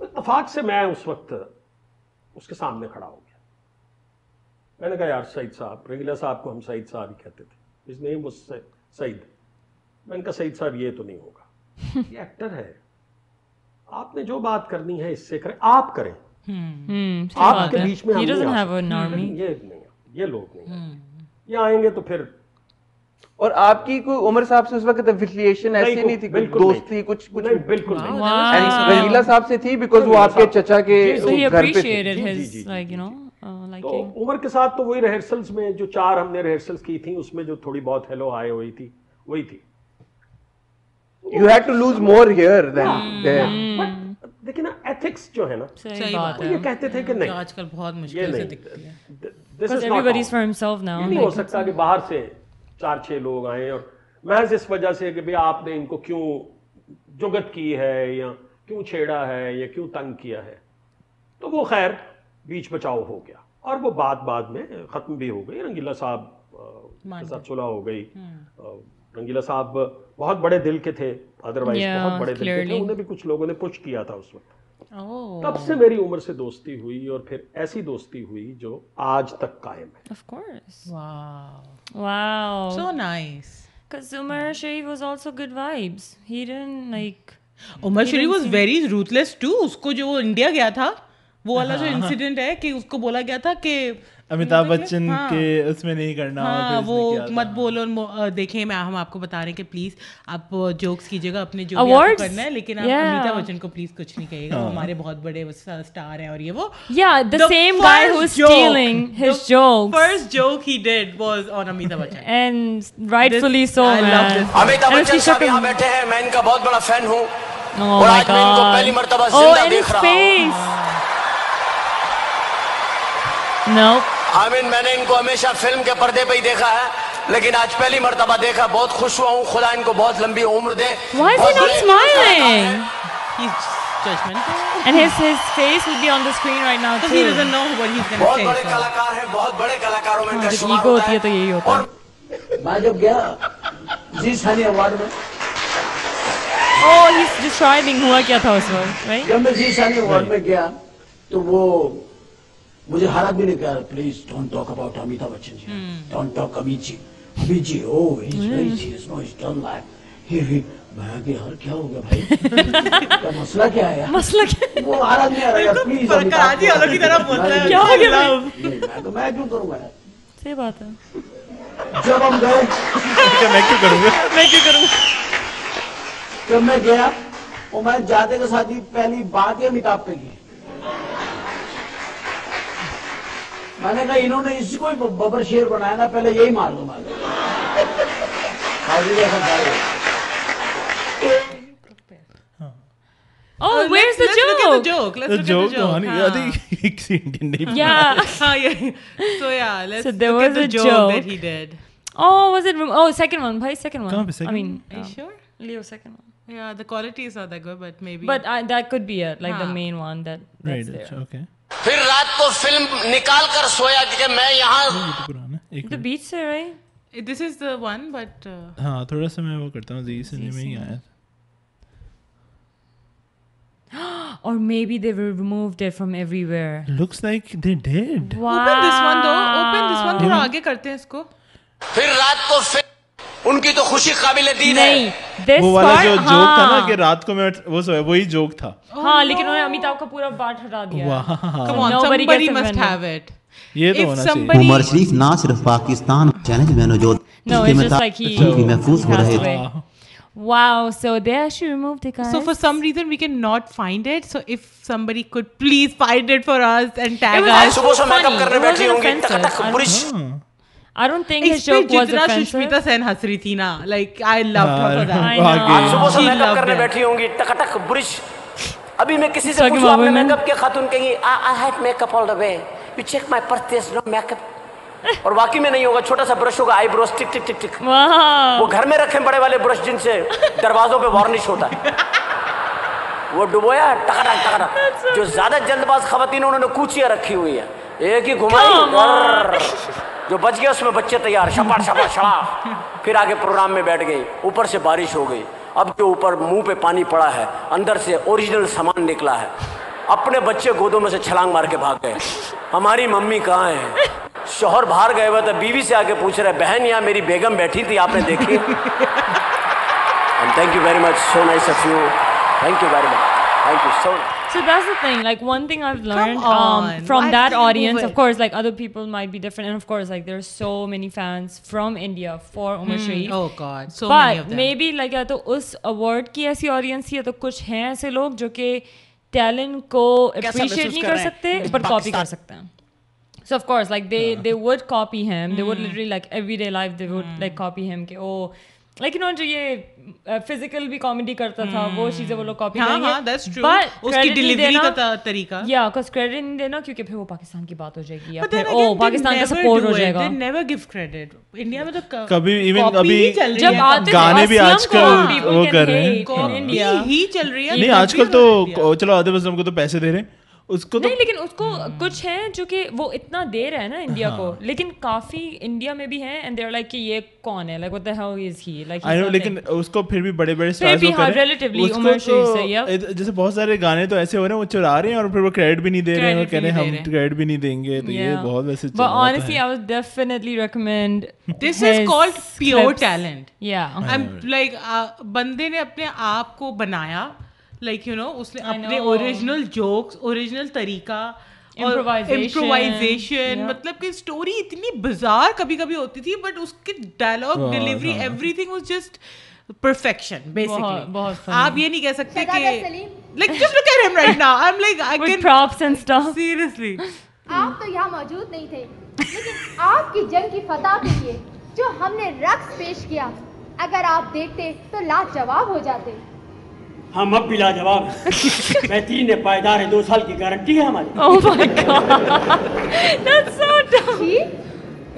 S6: اتفاق سے میں اس وقت اس کے سامنے کھڑا ہو گیا میں نے کہا یار سعید صاحب رنگیلا صاحب کو ہم سعید صاحب ہی کہتے تھے اس نیم واز سعید میں نے کہا سعید صاحب یہ تو نہیں ہوگا یہ ایکٹر ہے آپ نے جو بات کرنی ہے اس سے کریں آپ کریں
S3: ہم
S6: آپ کے بیچ میں ہم
S3: ہی
S6: نہیں
S3: ڈزنٹ
S6: آ
S3: ہیو
S6: سکتے۔
S3: ان آرمی
S6: یہ نہیں یہ لوگ نہیں آئیں گے۔ یہ آئیں گے تو پھر
S11: اور آپ کی کوئی عمر صاحب سے اس وقت ایفیلیشن ایسی نہیں تھی کچھ دوستی کچھ کچھ
S6: نہیں بالکل نہیں
S11: رنگیلا صاحب سے تھی بیکاز وہ آپ کے چچا کے
S6: جی،
S3: سو ہی
S11: گھر پہ تھی
S3: appreciated his like you know
S6: تو
S3: لائکنگ
S6: عمر کے ساتھ تو وہی ریہرسلز میں جو چار ہم نے ریہرسلز کی تھیں اس میں جو تھوڑی بہت ہیلو ہائے ہوئی تھی وہی تھی
S11: you had to lose more hair then
S8: ہاں۔
S11: دیر
S6: بٹ دیکھیں نا ایتھکس جو ہے نا
S3: صحیح بات
S6: وہ
S3: ہے
S6: یہ کہتے تھے کہ
S2: جو
S6: نہیں
S2: آج کل بہت
S6: یہ
S2: مشکل سے دکھتی ہے
S6: نہیں This is
S3: because
S6: not
S3: everybody is
S6: on.
S3: For himself
S6: یہ
S3: ناؤ
S6: نہیں ہو سکتا کہ باہر سے چار چھ لوگ آئیں اور محض اس وجہ سے کہ بھئی آپ نے ان کو کیوں جگت کی ہے یا کیوں چھیڑا ہے یا کیوں تنگ کیا ہے تو وہ خیر بیچ بچاؤ ہو گیا اور وہ بات بعد میں ختم بھی ہو گئی رنگیلا صاحب کے ساتھ صلح ہو گئی رنگیلا صاحب بہت بڑے دل کے تھے ادروائز بہت بڑے دل کے تھے انہیں بھی کچھ لوگوں نے پش کیا تھا اس وقت
S3: Oh,
S2: Oh.
S6: تب سے میری عمر سے دوستی ہوئی اور پھر ایسی دوستی ہوئی جو آج تک قائم ہے
S3: Of course. Wow. Wow.
S2: So nice.
S3: Because Umar Sharif was also good vibes. He didn't like.
S2: Umar Sharif was very ruthless to اس کو جو وہ انڈیا گیا تھا
S3: Uh-huh.
S2: وہ والا جو انسیڈنٹ ہے کہ اس کو بولا گیا تھا کہ
S1: امیتابھ بچن کے اس میں نہیں کرنا
S2: ہاں وہ مت بولو دیکھیں میں ہم آپ کو بتا رہے ہیں کہ پلیز آپ جوکس کیجیے گا اپنے جو کرنا ہے لیکن آپ امیتابھ بچن کو پلیز کچھ نہیں کہیے گا ہمارے بہت بڑے سٹار ہیں اور یہ وہ
S3: یا the same guy who is stealing his jokes
S2: first joke he did was on Amitabh Bachchan
S3: and rightfully so man
S4: Amitabh Bachchan صاحب یہاں بیٹھے ہیں میں ان کا بہت بڑا فین ہوں
S3: Oh
S4: اور آج میں ان کو پہلی مرتبہ زندہ دیکھ رہا ہوں
S3: نو
S4: آمین میں نے ان کو ہمیشہ فلم کے پردے پہ ہی دیکھا ہے لیکن آج پہلی مرتبہ دیکھا بہت خوش ہوا ہوں خدا ان کو بہت لمبی عمر دے
S3: Why is he not smiling? He's judgmental. And his his face would be on the screen right now too.
S2: He doesn't know what he's going to
S4: بہت
S2: say.
S4: بڑے کلاکار ہیں بہت بڑے کلاکاروں میں ان کا
S3: جب
S4: شمار
S3: ایگو
S4: ہوتا
S3: ہوتی ہے تو
S4: ہے
S3: یہی ہوتا ہے
S8: میں جب گیا جی سانی ایوارڈ میں
S3: Oh, he's describing ہوا کیا تھا اس وقت right?
S8: جب میں جی سانی ایوارڈ میں گیا تو وہ مجھے ہر آدمی نے کہا please don't talk about Amitabh Bachchan ji don't talk Amit ji Amit ji oh he is very serious no he done life ہی میں کہ ہر کیا ہو گیا بھائی کا مسئلہ کیا ہے یار
S3: مسئلہ کیا
S8: وہ ہر آدمی آ رہا ہے پلیز
S2: فرقہ جی الگ ہی طرح بولتا ہے کیا ہو گیا
S8: میں کیوں کروں گا یار؟
S3: صحیح بات ہے
S8: جب ہم گئے
S1: میں کیوں کروں گا
S2: میں کیا کروں
S8: جب میں گیا اور میں جاتے کے ساتھ ہی پہلی بات ہی امیتابھ پہ کی میں نے کہا انہوں نے اسی کو ہی ببر شیر بنایا نا پہلے یہی مار دو مار دو حاضر جیسا کھا گیا۔
S3: Oh,
S2: Uh,
S3: where's the joke?
S2: joke. Let's look
S1: joke
S2: at the joke.
S1: ہونی آئی تھنک کسی انڈین نہیں
S3: Yeah.
S2: ہاں یہ so yeah let's
S3: So there
S2: look at
S3: was
S2: the
S3: a
S2: joke,
S3: joke.
S2: that he did
S3: Oh, was it? Oh, second one. Bhai, second one.
S1: कहाँ पे second
S3: I mean,
S2: are you
S3: um,
S2: sure
S3: Leo, second one.
S2: yeah the quality is not that good but maybe
S3: But I, that could be it, like the
S2: हाँ.
S3: main one that
S1: right
S3: that's there.
S1: Okay
S4: پھر رات کو film نکال کر سویا کہ میں یہاں
S1: پرانا ایک
S3: The beach there, right?
S2: this is the one but uh,
S3: Ah.
S1: ہاں تھوڑا سا میں وہ کرتا ہوں زی سننے میں ہی آیا
S3: Or maybe they removed it from everywhere.
S1: Looks like they dead
S3: Wow.
S2: open this one though open this one تھوڑا آگے کرتے ہیں اس کو
S4: پھر رات کو فلم ان کی تو خوشی قابل دید ہے
S3: نہیں this
S1: وہ والا
S3: part,
S1: جو جوک
S3: ہاں.
S1: تھا نا کہ رات کو میں وہ سویا وہی جوک تھا
S3: ہاں لیکن انہوں نے امیتابھ کا پورا بات ہٹا دیا ہے.
S1: واہ
S2: come on
S3: Nobody gets
S2: somebody must
S3: offended.
S2: have it
S1: یہ تو
S2: If
S1: ہونا چاہیے
S2: somebody-
S12: عمر شریف نہ صرف پاکستان چیلنج میں نوجود
S3: No, it's just like he
S12: بھی محفوظ ہو
S3: passed
S12: رہے تھے
S3: away. Wow, so they actually removed it, guys.
S2: So for some reason we cannot find it. So if somebody could please find it for us and tag
S3: was
S2: us.
S3: actually-
S4: صبح سے make
S3: funny.
S4: Up کرنے
S3: It
S4: بیٹھی
S3: wasn't
S4: ہوں گی ٹک
S3: offensive. I
S4: tick
S3: don't
S4: پوری
S3: I don't think his
S2: اس پہ
S3: joke was
S2: جتنا
S3: offensive.
S2: Sushmita سین ہنس رہی تھی نا like I love her for that.
S3: I know.
S4: جی، آپ صبح سے
S2: She
S4: میک اپ
S2: loved
S4: کرنے
S2: it.
S4: بیٹھی ہوں گی ٹک ٹک برش ابھی اچھا میں کسی سے
S3: Talking
S4: پوچھوں آپ
S3: about
S4: نے
S3: women.
S4: میک اپ کیا خاتون کہیں گی I had make up all the way you check my purchase no make up اور واقعی میں نہیں ہوگا چھوٹا سا برش ہوگا آئی بروز ٹک ٹک ٹک ٹک
S3: Wow.
S4: وہ گھر میں رکھیں بڑے والے برش جن سے دروازوں پہ وارنش ہوتا ہے وہ ڈبویا ٹکٹک ٹکٹک جو زیادہ جلد باز خواتین ہیں، انہوں نے کوچیاں رکھی ہوئی ہیں ایک ہی
S3: Come
S4: گھمائی جو بچ گیا اس میں بچے تیار شپا شپا شڑا پھر آگے پروگرام میں بیٹھ گئی اوپر سے بارش ہو گئی اب جو اوپر منہ پہ پانی پڑا ہے اندر سے اوریجنل سامان نکلا ہے اپنے بچے گودوں میں سے چھلانگ مار کے بھاگ گئے ہماری ممی کہاں ہیں شوہر باہر گئے ہوئے تھے بیوی سے آ کے پوچھ رہے بہن یہاں میری بیگم بیٹھی تھی آپ نے دیکھی thank you very much so nice of you thank you very much thank you so
S3: So that's the thing. Like one thing I've learned
S2: on.
S3: um, from
S2: Why
S3: that
S2: can't you
S3: audience,
S2: move
S3: of
S2: it?
S3: course, like other people might be different, and of course, like there's so many fans from India for Umar Sharif.
S2: Oh god, so many of
S3: but
S2: them.
S3: maybe like یا تو اس award کی ایسی audience تھی یا تو کچھ ہیں ایسے لوگ جو کہ ٹیلنٹ کو اپریشیٹ نہیں کر سکتے بٹ کاپی کر سکتے ہیں so of course like they they would copy him they
S2: Mm.
S3: Would literally like every day life they would like copy him کہ او لیکن جو یہ فزیکل بھی کامیڈی کرتا تھا وہ چیزیں وہ لوگ کاپی
S2: ہاں
S3: کریں
S2: ہاں
S3: گے
S2: that's true.
S3: But
S2: اس کی
S3: credit نہیں
S2: ڈیلیوری
S3: دینا-
S2: کا طریقہ
S3: Yeah, 'cause credit نہیں دینا کیونکہ پھر وہ پاکستان کی بات ہو جائے گی یا
S2: But
S3: پھر،
S2: then
S3: oh
S2: again, they
S3: Pakistan کا
S2: never
S3: سپورٹ
S2: do
S3: ہو
S2: it.
S3: جائے گا
S2: They never give credit. India میں تو
S1: کبھی ایون
S2: copy
S1: ابھی
S2: ہی چل رہی
S3: جب
S2: ہے.
S3: آتے
S1: گانے بھی آج کل وہ کر رہے ہیں
S3: ہیں
S2: Copy ہی چل رہی ہے
S1: نہیں آج کل تو چلو آدھے بس ہم کو تو پیسے دے رہے ہیں اس کو
S3: نہیں لیکن اس کو کچھ ہے جو کہ وہ اتنا دے رہا ہے نا انڈیا
S1: ہاں۔
S3: کو لیکن کافی انڈیا میں بھی ہیں اینڈ دے آر لائک کہ یہ کون ہے like what the hell is he like
S1: I know لیکن اس کو پھر بھی بڑے بڑے stars
S3: بھی
S1: وہ
S3: ہاں,
S1: کریں۔
S3: relatively
S1: اس کو
S3: عمر شریف سے،
S1: تو- اے- جیسے بہت سارے گانے تو ایسے ہو رہے ہیں وہ چرا رہے ہیں اور پھر وہ کریڈٹ بھی نہیں دے رہے ہیں وہ
S3: Credit
S1: کہہ رہے ہیں
S3: بھی
S1: ہم
S3: نہیں دے
S1: کریڈٹ بھی نہیں دیں گے تو یہ بہت ویسے چل
S3: but
S1: رہا ہوتا
S3: honestly
S1: ہے۔
S3: I would definitely recommend
S2: this is called pure talent
S3: yeah
S2: like uh, بندے نے اپنے آپ کو بنایا لائک یو نو اس نے اپنے اوریجنل جوکس اوریجنل طریقہ امپرووائزیشن مطلب کہ اسٹوری اتنی بزار کبھی کبھی ہوتی تھی بٹ اس کے dialogue delivery everything was just perfection basically آپ یہ نہیں کہہ سکتے کہ لائک جسٹ لک ایٹ ہم right now I am like I can
S3: props and stuff
S2: seriously
S9: آپ تو یہاں موجود نہیں تھے لیکن آپ کی جنگ کی فتح کے لیے جو ہم نے رقص پیش کیا اگر آپ دیکھتے تو لاجواب ہو جاتے
S4: ہم اب بھی لاجواب ہیں بہترین پائیدار ہے دو سال کی گارنٹی ہے ہماری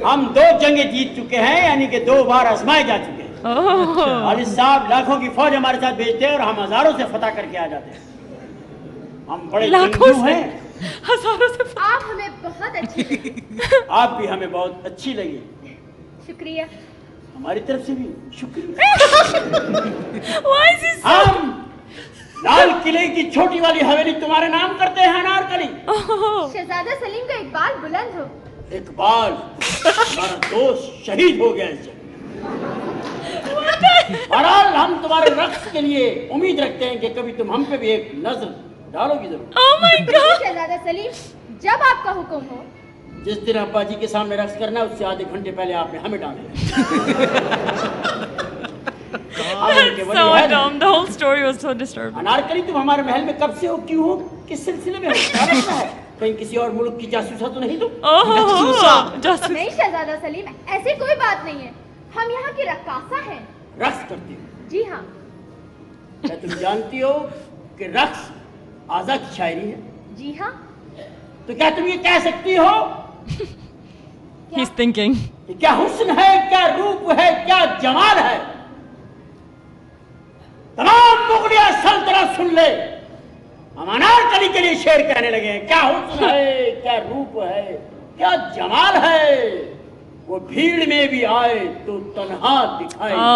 S4: ہم دو جنگیں جیت چکے ہیں یعنی کہ دو بار آزمائے جا چکے ہیں
S3: Oh.
S4: عالد صاحب لاکھوں کی فوج ہمارے ساتھ بھیجتے ہیں اور ہم ہزاروں سے فتح کر کے آ جاتے ہیں ہم بڑے
S3: لاکھوں
S4: جنگجو
S3: سے
S4: ہیں
S3: ہزاروں سے
S9: آپ ہمیں بہت اچھی لگے
S4: آپ بھی ہمیں بہت اچھی لگی
S9: شکریہ
S4: ہماری طرف سے بھی شکریہ
S3: Why is he so-
S4: ہم لال قلعے کی چھوٹی والی حویلی تمہارے نام کرتے ہیں انارکلی
S3: Oh.
S9: شہزادہ سلیم کا اقبال بلند ہو
S4: اقبال ہمارا دوست شہید ہو گیا اس جنگ میں۔ بہرحال ہم تمہارے رقص کے لیے امید رکھتے ہیں کہ کبھی تم ہم پہ بھی ایک نظر ڈالو گی ضرور
S3: Oh
S9: شہزادہ سلیم جب آپ کا حکم ہو
S4: جس دن ابا جی کے سامنے رقص کرنا اس سے آدھے گھنٹے پہلے آپ نے ہمیں ڈالنا ہے۔ آپ ان کے ولی
S3: so
S4: ہیں۔
S3: dumb the whole story was so disturbing
S4: Anarkali تم ہمارے محل میں کب سے ہو کیوں ہو کس سلسلے میں ہو کیا مسئلہ ہے کہیں کسی اور ملک کی جاسوسہ تو نہیں تم
S3: Oh,
S9: نہیں شہزادہ سلیم ایسی کوئی بات نہیں ہے ہم یہاں کی رقاصہ ہیں
S4: رقص کرتی ہو
S9: جی ہاں
S4: کیا تم جانتی ہو کہ رقص آزا کی شاعری ہے
S9: جی ہاں
S4: تو کیا تم یہ کہہ سکتی ہو
S3: he's thinking
S4: کہ کیا حسن ہے کیا روپ ہے کیا جمال ہے تمام مغلیہ سلطنت سن لے ہم انارکلی کے لیے شعر کہنے لگے ہیں کیا حسن ہے کیا روپ ہے کیا جمال ہے وہ بھیڑ میں بھی آئے تو تنہا دکھائے
S3: Oh.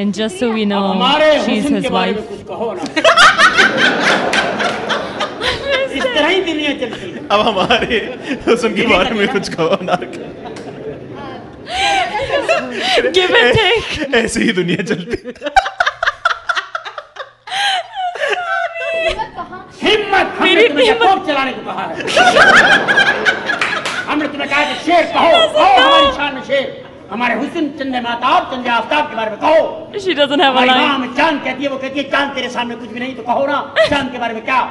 S3: and just so we know
S4: ہمارے
S3: she's
S4: حسن
S3: his
S4: کے بارے میں
S3: wife
S4: کچھ کہو نا اس طرح ہی دنیا چلتی ہے
S1: اب ہمارے حسن کے بارے میں کچھ کہو نا
S3: give and take
S1: ایسی ہی دنیا چلتی
S9: ہمت
S4: ہمت
S9: کہاں
S4: ہم نے تمہیں یقوب چلانے کو کہا ہے ہم نے تمہیں کہا کہ شیر کہو کہو ہماری شان میں شیر ہمارے حسن چند ماتاب چند آفتاب کے بارے میں کہو
S3: she doesn't have a
S4: ہماری ماں
S3: line
S4: ہمیں چاند کہتی ہے وہ کہتی ہے چاند تیرے سامنے کچھ بھی نہیں تو کہو نا چاند کے بارے میں کیا
S9: آ،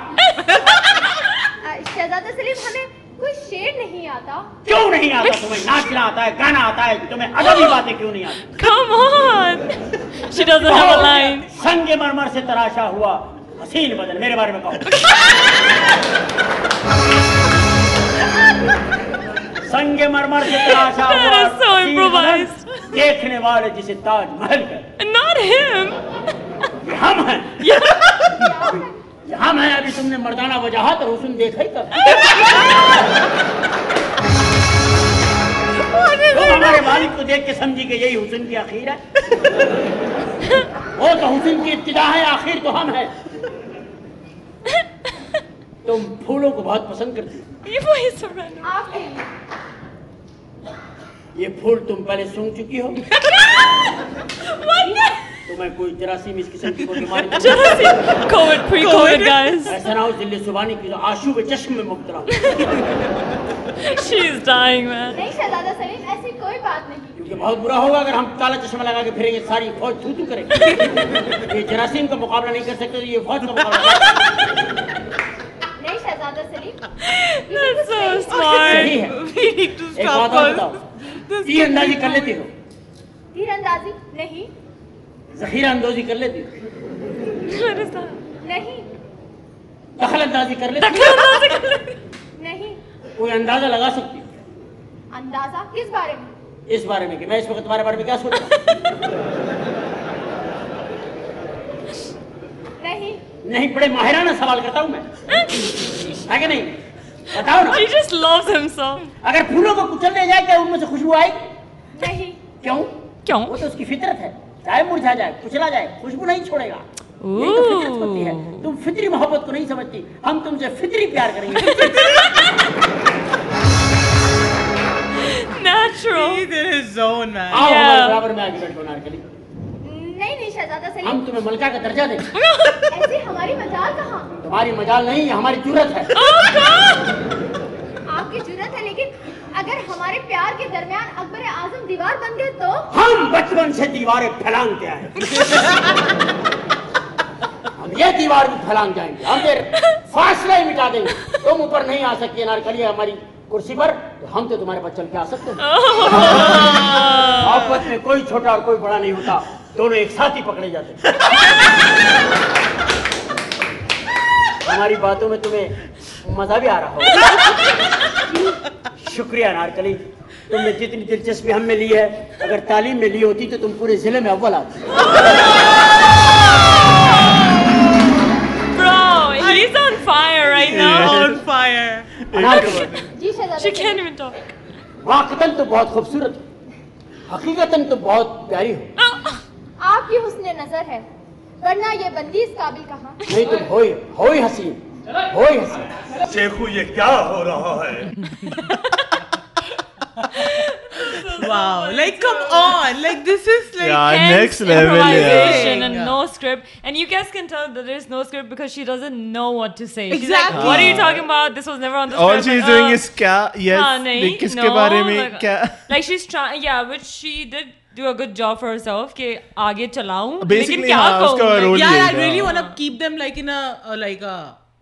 S9: شہزادہ سلیم ہمیں کوئی شعر نہیں آتا
S4: کیوں نہیں آتا تمہیں ناچنا آتا ہے گانا آتا ہے تمہیں ادبی باتیں کیوں نہیں آتی
S3: come on she doesn't have
S7: Oh,
S3: a line
S4: کہو، سنگ مرمر سے تراشا ہوا حسین بدن میرے بارے میں کہو سنگ مرمر سے تراشا
S3: That
S4: ہوا
S3: is so
S4: حسین بدن،
S3: improvised.
S4: دیکھنے والے جسے تاج محل کہتے ہیں۔
S3: not him
S4: یہ ہم ہیں یہ ہم ہیں ابھی تم نے مردانہ وجاہت اور حسن دیکھا ہی کب تم ہمارے مالک کو دیکھ کے سمجھی کہ یہی حسن کی آخر ہے وہ تو حسن کی ابتدا ہے آخر تو ہم ہیں تم پھولوں کو بہت پسند کرتی ہو۔
S3: یہ وہ ہی سب random
S9: آپ کے لیے
S4: یہ پھول تم پہلے سونگ چکی ہو تمہیں کوئی جراثیم اس قسم کی کوئی بیماری تو نہیں ہے۔
S3: Jurassic COVID pre-COVID guys
S4: ایسا نہ ہو ذل زبانی کی جو آشوب چشم میں مبتلا ہو
S3: she's dying man
S9: نہیں شہزادہ سلیم ایسی کوئی بات نہیں
S4: کیونکہ بہت برا ہوگا اگر ہم کالا چشمہ لگا کے پھریں گے ساری فوج تھو تھو کرے گی۔ یہ جراثیم کا مقابلہ نہیں کر سکتے تو یہ فوج کا مقابلہ کر سکتے۔
S9: نہیں شہزادہ سلیم
S3: that's so
S4: صحیح ہے
S3: smart
S4: ایک بات اور بتاؤ تیر اندازی کر لیتی ہو
S9: تیر اندازی نہیں
S4: ذخیرہ اندوزی کر لیتی ہو
S9: نہیں
S4: دخل اندازی کر لیتی
S9: نہیں
S4: ہو کوئی اندازہ لگا سکتی ہو
S9: اندازہ کس بارے میں
S4: اس بارے میں کہ میں اس وقت تمہارے بارے میں کیا سوچ رہا ہوں
S7: نہیں بڑے ماہرانہ سوال کرتا ہوں میں ہے کہ نہیں بتاؤ نا
S3: جسٹ لوز ہم سو
S7: اگر پھولوں کو کچلنے جائے کیا ان میں سے خوشبو آئے گی
S9: نہیں
S7: کیوں
S3: کیوں
S7: وہ تو اس کی فطرت ہے چاہے مرجھا جائے کچلا جائے خوشبو نہیں چھوڑے گا یہی تو فطرت ہوتی ہے تم فطری محبت کو نہیں سمجھتی ہم تم سے فطری پیار کریں گے
S3: نیچرل
S2: زون میں
S7: آؤ ہمارے برابر میں آگے بیٹھو نارکلی
S9: نہیں نہیں شہزادہ
S7: ہم
S9: سلیم
S7: تمہیں ملکہ کا درجہ دیں گے۔
S9: ایسے ہماری مجال کہاں
S7: تمہاری مجال نہیں ہے ہماری جرت ہے
S9: آپ کی جرت ہے لیکن اگر ہمارے پیار کے درمیان اکبر اعظم دیوار بن گئے تو
S7: ہم بچپن سے دیواریں پھیلانتے آئے ہم یہ دیوار بھی پھیلان جائیں گے ہم پھر فاصلہ ہی مٹا دیں گے تم اوپر نہیں آ سکتی نارکلی ہماری کرسی پر تو ہم تو تمہارے پاس چل کے آ سکتے ہیں محبت میں کوئی چھوٹا اور کوئی بڑا نہیں ہوتا دونوں ایک ساتھ ہی پکڑے جاتے ہیں ہماری باتوں میں تمہیں مزہ بھی آ رہا ہوگا شکریہ نارکلی تم نے جتنی دلچسپی ہم میں لی ہے اگر تعلیم میں لی ہوتی تو تم پورے ضلع میں اول آتے
S3: bro he's on fire right now
S2: on fire
S7: Anarkali
S9: ji شہزادہ
S3: she
S9: Salim
S3: can even talk
S7: واقعتاً تو بہت خوبصورت ہو حقیقتاً تو بہت پیاری ہو
S9: آپ کی حسن نظر ہے ورنہ یہ بندی اس قابل کہاں
S7: نہیں تم ہوئی ہوئی حسین ہوئی حسین
S5: شیخو یہ کیا ہو رہا ہے
S3: Oh
S2: wow like come on like this is like
S1: Yeah, Uh, next
S3: next
S1: level,
S3: level
S1: yeah.
S3: improvisation and
S2: Yeah.
S3: no script and you guys can tell that there's no script because she doesn't know what to say She's like,
S2: Exactly.
S3: what are you talking about this was never on the
S1: Uh, All
S3: script
S1: she is
S3: Like,
S1: doing
S3: uh,
S1: is kya?
S3: हाँ,
S1: Yes.
S3: नहीं,
S1: किसके
S3: no,
S1: बारे में
S3: like- uh,
S1: क्या?
S3: like she's trying yeah which she did do a good job for herself कि आगे चलाऊं लेकिन
S1: Uh, Basically,
S3: क्या
S1: हाँ,
S3: कहूं
S1: उसका
S3: मैं?
S1: role
S2: yeah
S1: ये
S2: i really
S1: था।
S2: want to keep them like in a uh, like a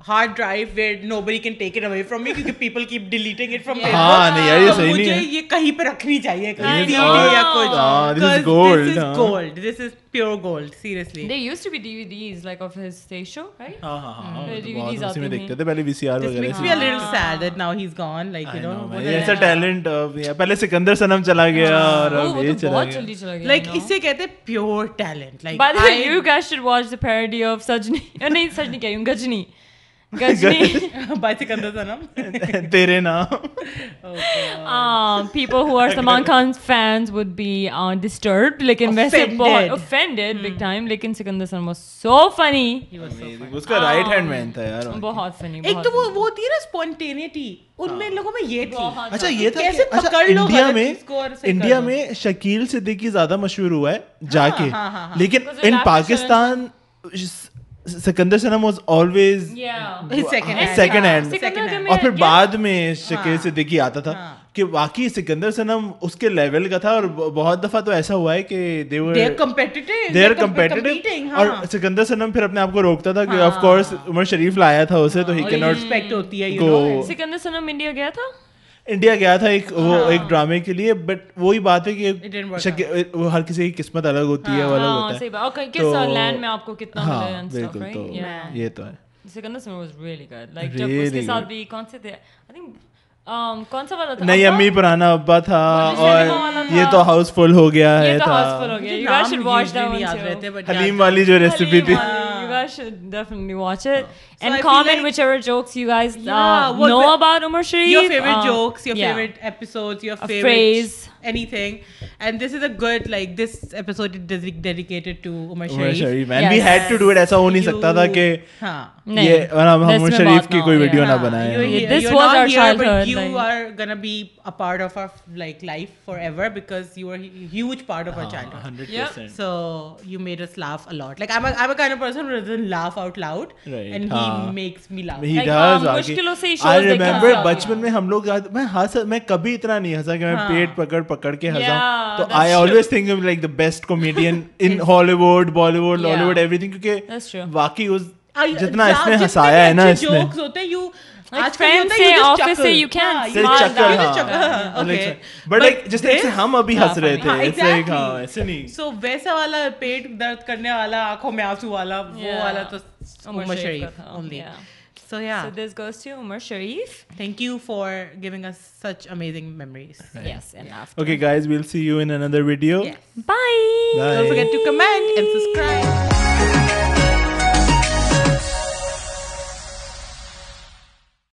S2: hard drive where nobody can take it away from me because people keep deleting it from
S1: हाँ, नहीं यार, ये
S2: तो
S1: सही नहीं
S2: मुझे
S1: है।
S2: ये कहीं पे रखनी चाहिए कहीं
S1: This is
S2: DVD या
S1: all-
S2: कुछ
S1: हाँ, this is
S2: 'Cause
S1: gold,
S2: this is
S1: हाँ।
S2: gold this is pure gold seriously
S3: there used to be DVDs like of his stage show right
S1: हाँ, हाँ, हाँ,
S3: Hmm.
S1: वो तो
S3: DVDs
S1: बहुत
S3: आती
S1: उसी में
S3: थी।
S1: देखते थे पहले VCR
S2: this
S1: वगैरह
S2: makes
S1: से।
S2: me a little sad that now he's gone like you
S1: I
S2: know
S1: know,
S2: वो
S1: man.
S2: तो-
S1: ये ऐसा talent, uh, yeah, पहले सिकंदर सनम चला गया और
S3: Oh,
S1: अब
S3: वो
S1: ये
S3: तो
S1: चला
S3: बहुत
S1: गया
S3: जल्दी चला गया
S2: like
S3: you know?
S2: इससे कहते हैं pure talent like
S3: By the way,
S2: I-
S3: you guys should watch the parody of Sajni. Oh, नहीं Sajni कह रही हूँ Gajni. Gajni.
S2: by Sikandar Sanam
S1: तेरे नाम
S3: um, people who are Salman Khan's fans would be uh, disturbed. Like offended.
S2: Offended.
S3: offended big time. Like Sikandar Sanam was so funny.
S1: उसका right hand man था यार
S3: बहुत funny.
S2: एक
S3: बहुत
S2: तो वो
S3: funny.
S2: वो होती है ना स्पॉन्टेनिटी उनमें इन लोगों में ये थी
S3: बहुत
S1: अच्छा ये था
S2: कैसे
S1: कि- अच्छा
S2: पकड़ लो
S1: इंडिया
S2: गलत
S1: में
S2: चीज़ को और सही कर
S1: इंडिया
S2: लो।
S1: में शकील सिद्दीकी ज्यादा मशहूर हुआ
S2: ہاں،
S1: है जाके
S2: हाँ, हाँ, हाँ।
S1: लेकिन
S3: Because
S1: इन
S3: Rafi
S1: पाकिस्तान स- Sikandar Sanam was always
S3: Yeah.
S2: His second hand.
S1: Second hand.
S2: Second
S3: Sikandar
S2: hand.
S3: Kamil-
S1: और फिर
S3: yeah.
S1: बाद
S2: ہاں۔
S1: में शकील सिद्दीकी आता था
S2: हाँ।
S1: कि वाकई सिकंदर सनम उसके लेवल का था और ब- बहुत दफा तो ऐसा हुआ है कि they were
S2: Uh, They're competitive.
S1: There
S2: comp- competing, ہاں۔
S1: कम्पिटिटिव
S2: हाँ.
S1: और सिकंदर सनम फिर अपने आप को रोकता था कि ऑफ कोर्स उमर शरीफ लाया था उसे तो ही
S3: Oh,
S2: और
S1: कैन नॉट
S2: respect होती है, you
S1: go.
S2: know.
S3: Sikandar Sanam India गया था?
S1: इंडिया गया था एक वो
S3: ہاں۔
S1: एक ड्रामे के लिए बट वही बात है
S2: It didn't
S1: कि
S2: work
S1: शक- वो हर किसी की किस्मत अलग होती है वो अलग
S3: हाँ,
S1: होता
S3: सही
S1: है
S3: बात. Ah, Okay, किस
S1: तो-
S3: land में आपको कितना
S1: हाँ,
S3: मिला and stuff,
S1: बिल्कुल,
S3: right?
S1: तो
S3: Yeah.
S1: ये तो है
S3: Sikandar Sanam was really good. Like जब
S1: Really
S3: उसके साथ
S1: good.
S3: भी कौन से थे? I think um, कौन सा वाला था?
S1: नहीं
S3: अब्बा?
S1: अम्मी पुराना अब्बा था
S3: मुझे
S1: और
S3: सिनेमा वाला था।
S1: ये तो हाउसफुल हो गया
S3: ये
S1: है
S3: तो हाउसफुल हो
S1: था
S3: गया.
S2: मुझे
S3: You guys
S2: नाम
S3: should watch
S2: usually
S3: that one
S2: याद
S3: too.
S2: रहते हैं, but
S1: हलीम
S2: याद-
S1: वाली जो रेसिपी थी
S3: Halim, you guys should definitely watch it
S2: I
S3: and
S2: feel
S3: comment
S2: like-
S3: whichever jokes you guys uh,
S2: Yeah, what
S3: know
S2: the-
S3: about Umar Sharif.
S2: Your favorite
S3: Uh,
S2: jokes, your
S3: yeah.
S2: favorite episodes, your
S3: A
S2: favorite
S3: phrase.
S2: anything. And this is a good, like, this episode is ded- dedicated to Umar
S1: Umar
S2: Sharif.
S1: Sharif man we
S3: Yes.
S1: Had to do it ऐसा हो नहीं सकता था कि
S2: हाँ.
S3: नहीं,
S1: ये और हम
S3: that's
S1: उमर
S3: my
S1: शरीफ
S3: बात
S1: की
S3: now,
S1: कोई वीडियो
S3: yeah.
S1: ना
S2: You're,
S1: बनाए
S3: Yeah,
S2: here-
S3: this
S2: you're
S3: was
S2: not
S3: our
S2: here,
S3: childhood,
S2: But you
S3: like-
S2: are gonna be a part of our like life forever because you were a huge part of our childhood.
S1: 100%
S2: So you made us laugh a lot. Like I'm a I'm a kind of person who doesn't laugh out loud,
S1: Right.
S2: and
S1: हाँ.
S2: he makes me laugh.
S1: He
S3: Like,
S1: does,
S3: um,
S1: आगे।
S3: मुश्किलों से ही
S1: I
S3: shows देखना
S1: remember
S3: होता है।
S1: बचपन में हम लोग याद- मैं हंस मैं कभी इतना नहीं हंसा कि मैं
S2: हाँ।
S1: पेट पकड़ पकड़ के हंसा
S3: ہاں۔ Yeah,
S1: तो
S3: that's
S1: I always think of like the best comedian in Hollywood Bollywood
S3: Yeah.
S1: Hollywood everything
S3: That's
S1: क्योंकि
S3: true.
S1: वाकई उस
S2: I-
S1: जितना
S2: जा-
S1: इसने
S2: जितने
S1: हंसाया है ना
S2: अच्छे
S1: इसने
S2: jokes होते हैं, you
S3: Like
S2: आजकल ये होता
S3: friends
S2: है, you
S3: से,
S2: just
S3: office से,
S2: chuckle.
S3: you can't
S2: हाँ, you
S1: से
S3: smile
S2: just-
S1: चक्कर
S2: you just
S1: हाँ
S2: chuckle, हाँ, okay.
S1: बट
S2: But
S1: लाइक जिस तरह से
S2: this-
S1: हम अभी हंस रहे
S2: हाँ,
S1: थे ऐसे एक,
S2: exactly.
S1: हाँ ऐसे नहीं
S2: सो वैसा वाला पेट दर्द करने वाला आंखों में आंसू वाला वो
S3: Yeah.
S2: वाला तो उमर
S3: Umar Sharif
S2: शरीफ
S3: का था,
S2: ओनली
S3: yeah.
S2: सो या
S3: So this goes to Umar Sharif.
S2: Thank you for giving us such amazing memories
S3: Yes, and after.
S1: Okay guys we will see you in another video
S2: yes
S3: Bye.
S1: Bye.
S2: Don't forget to comment and subscribe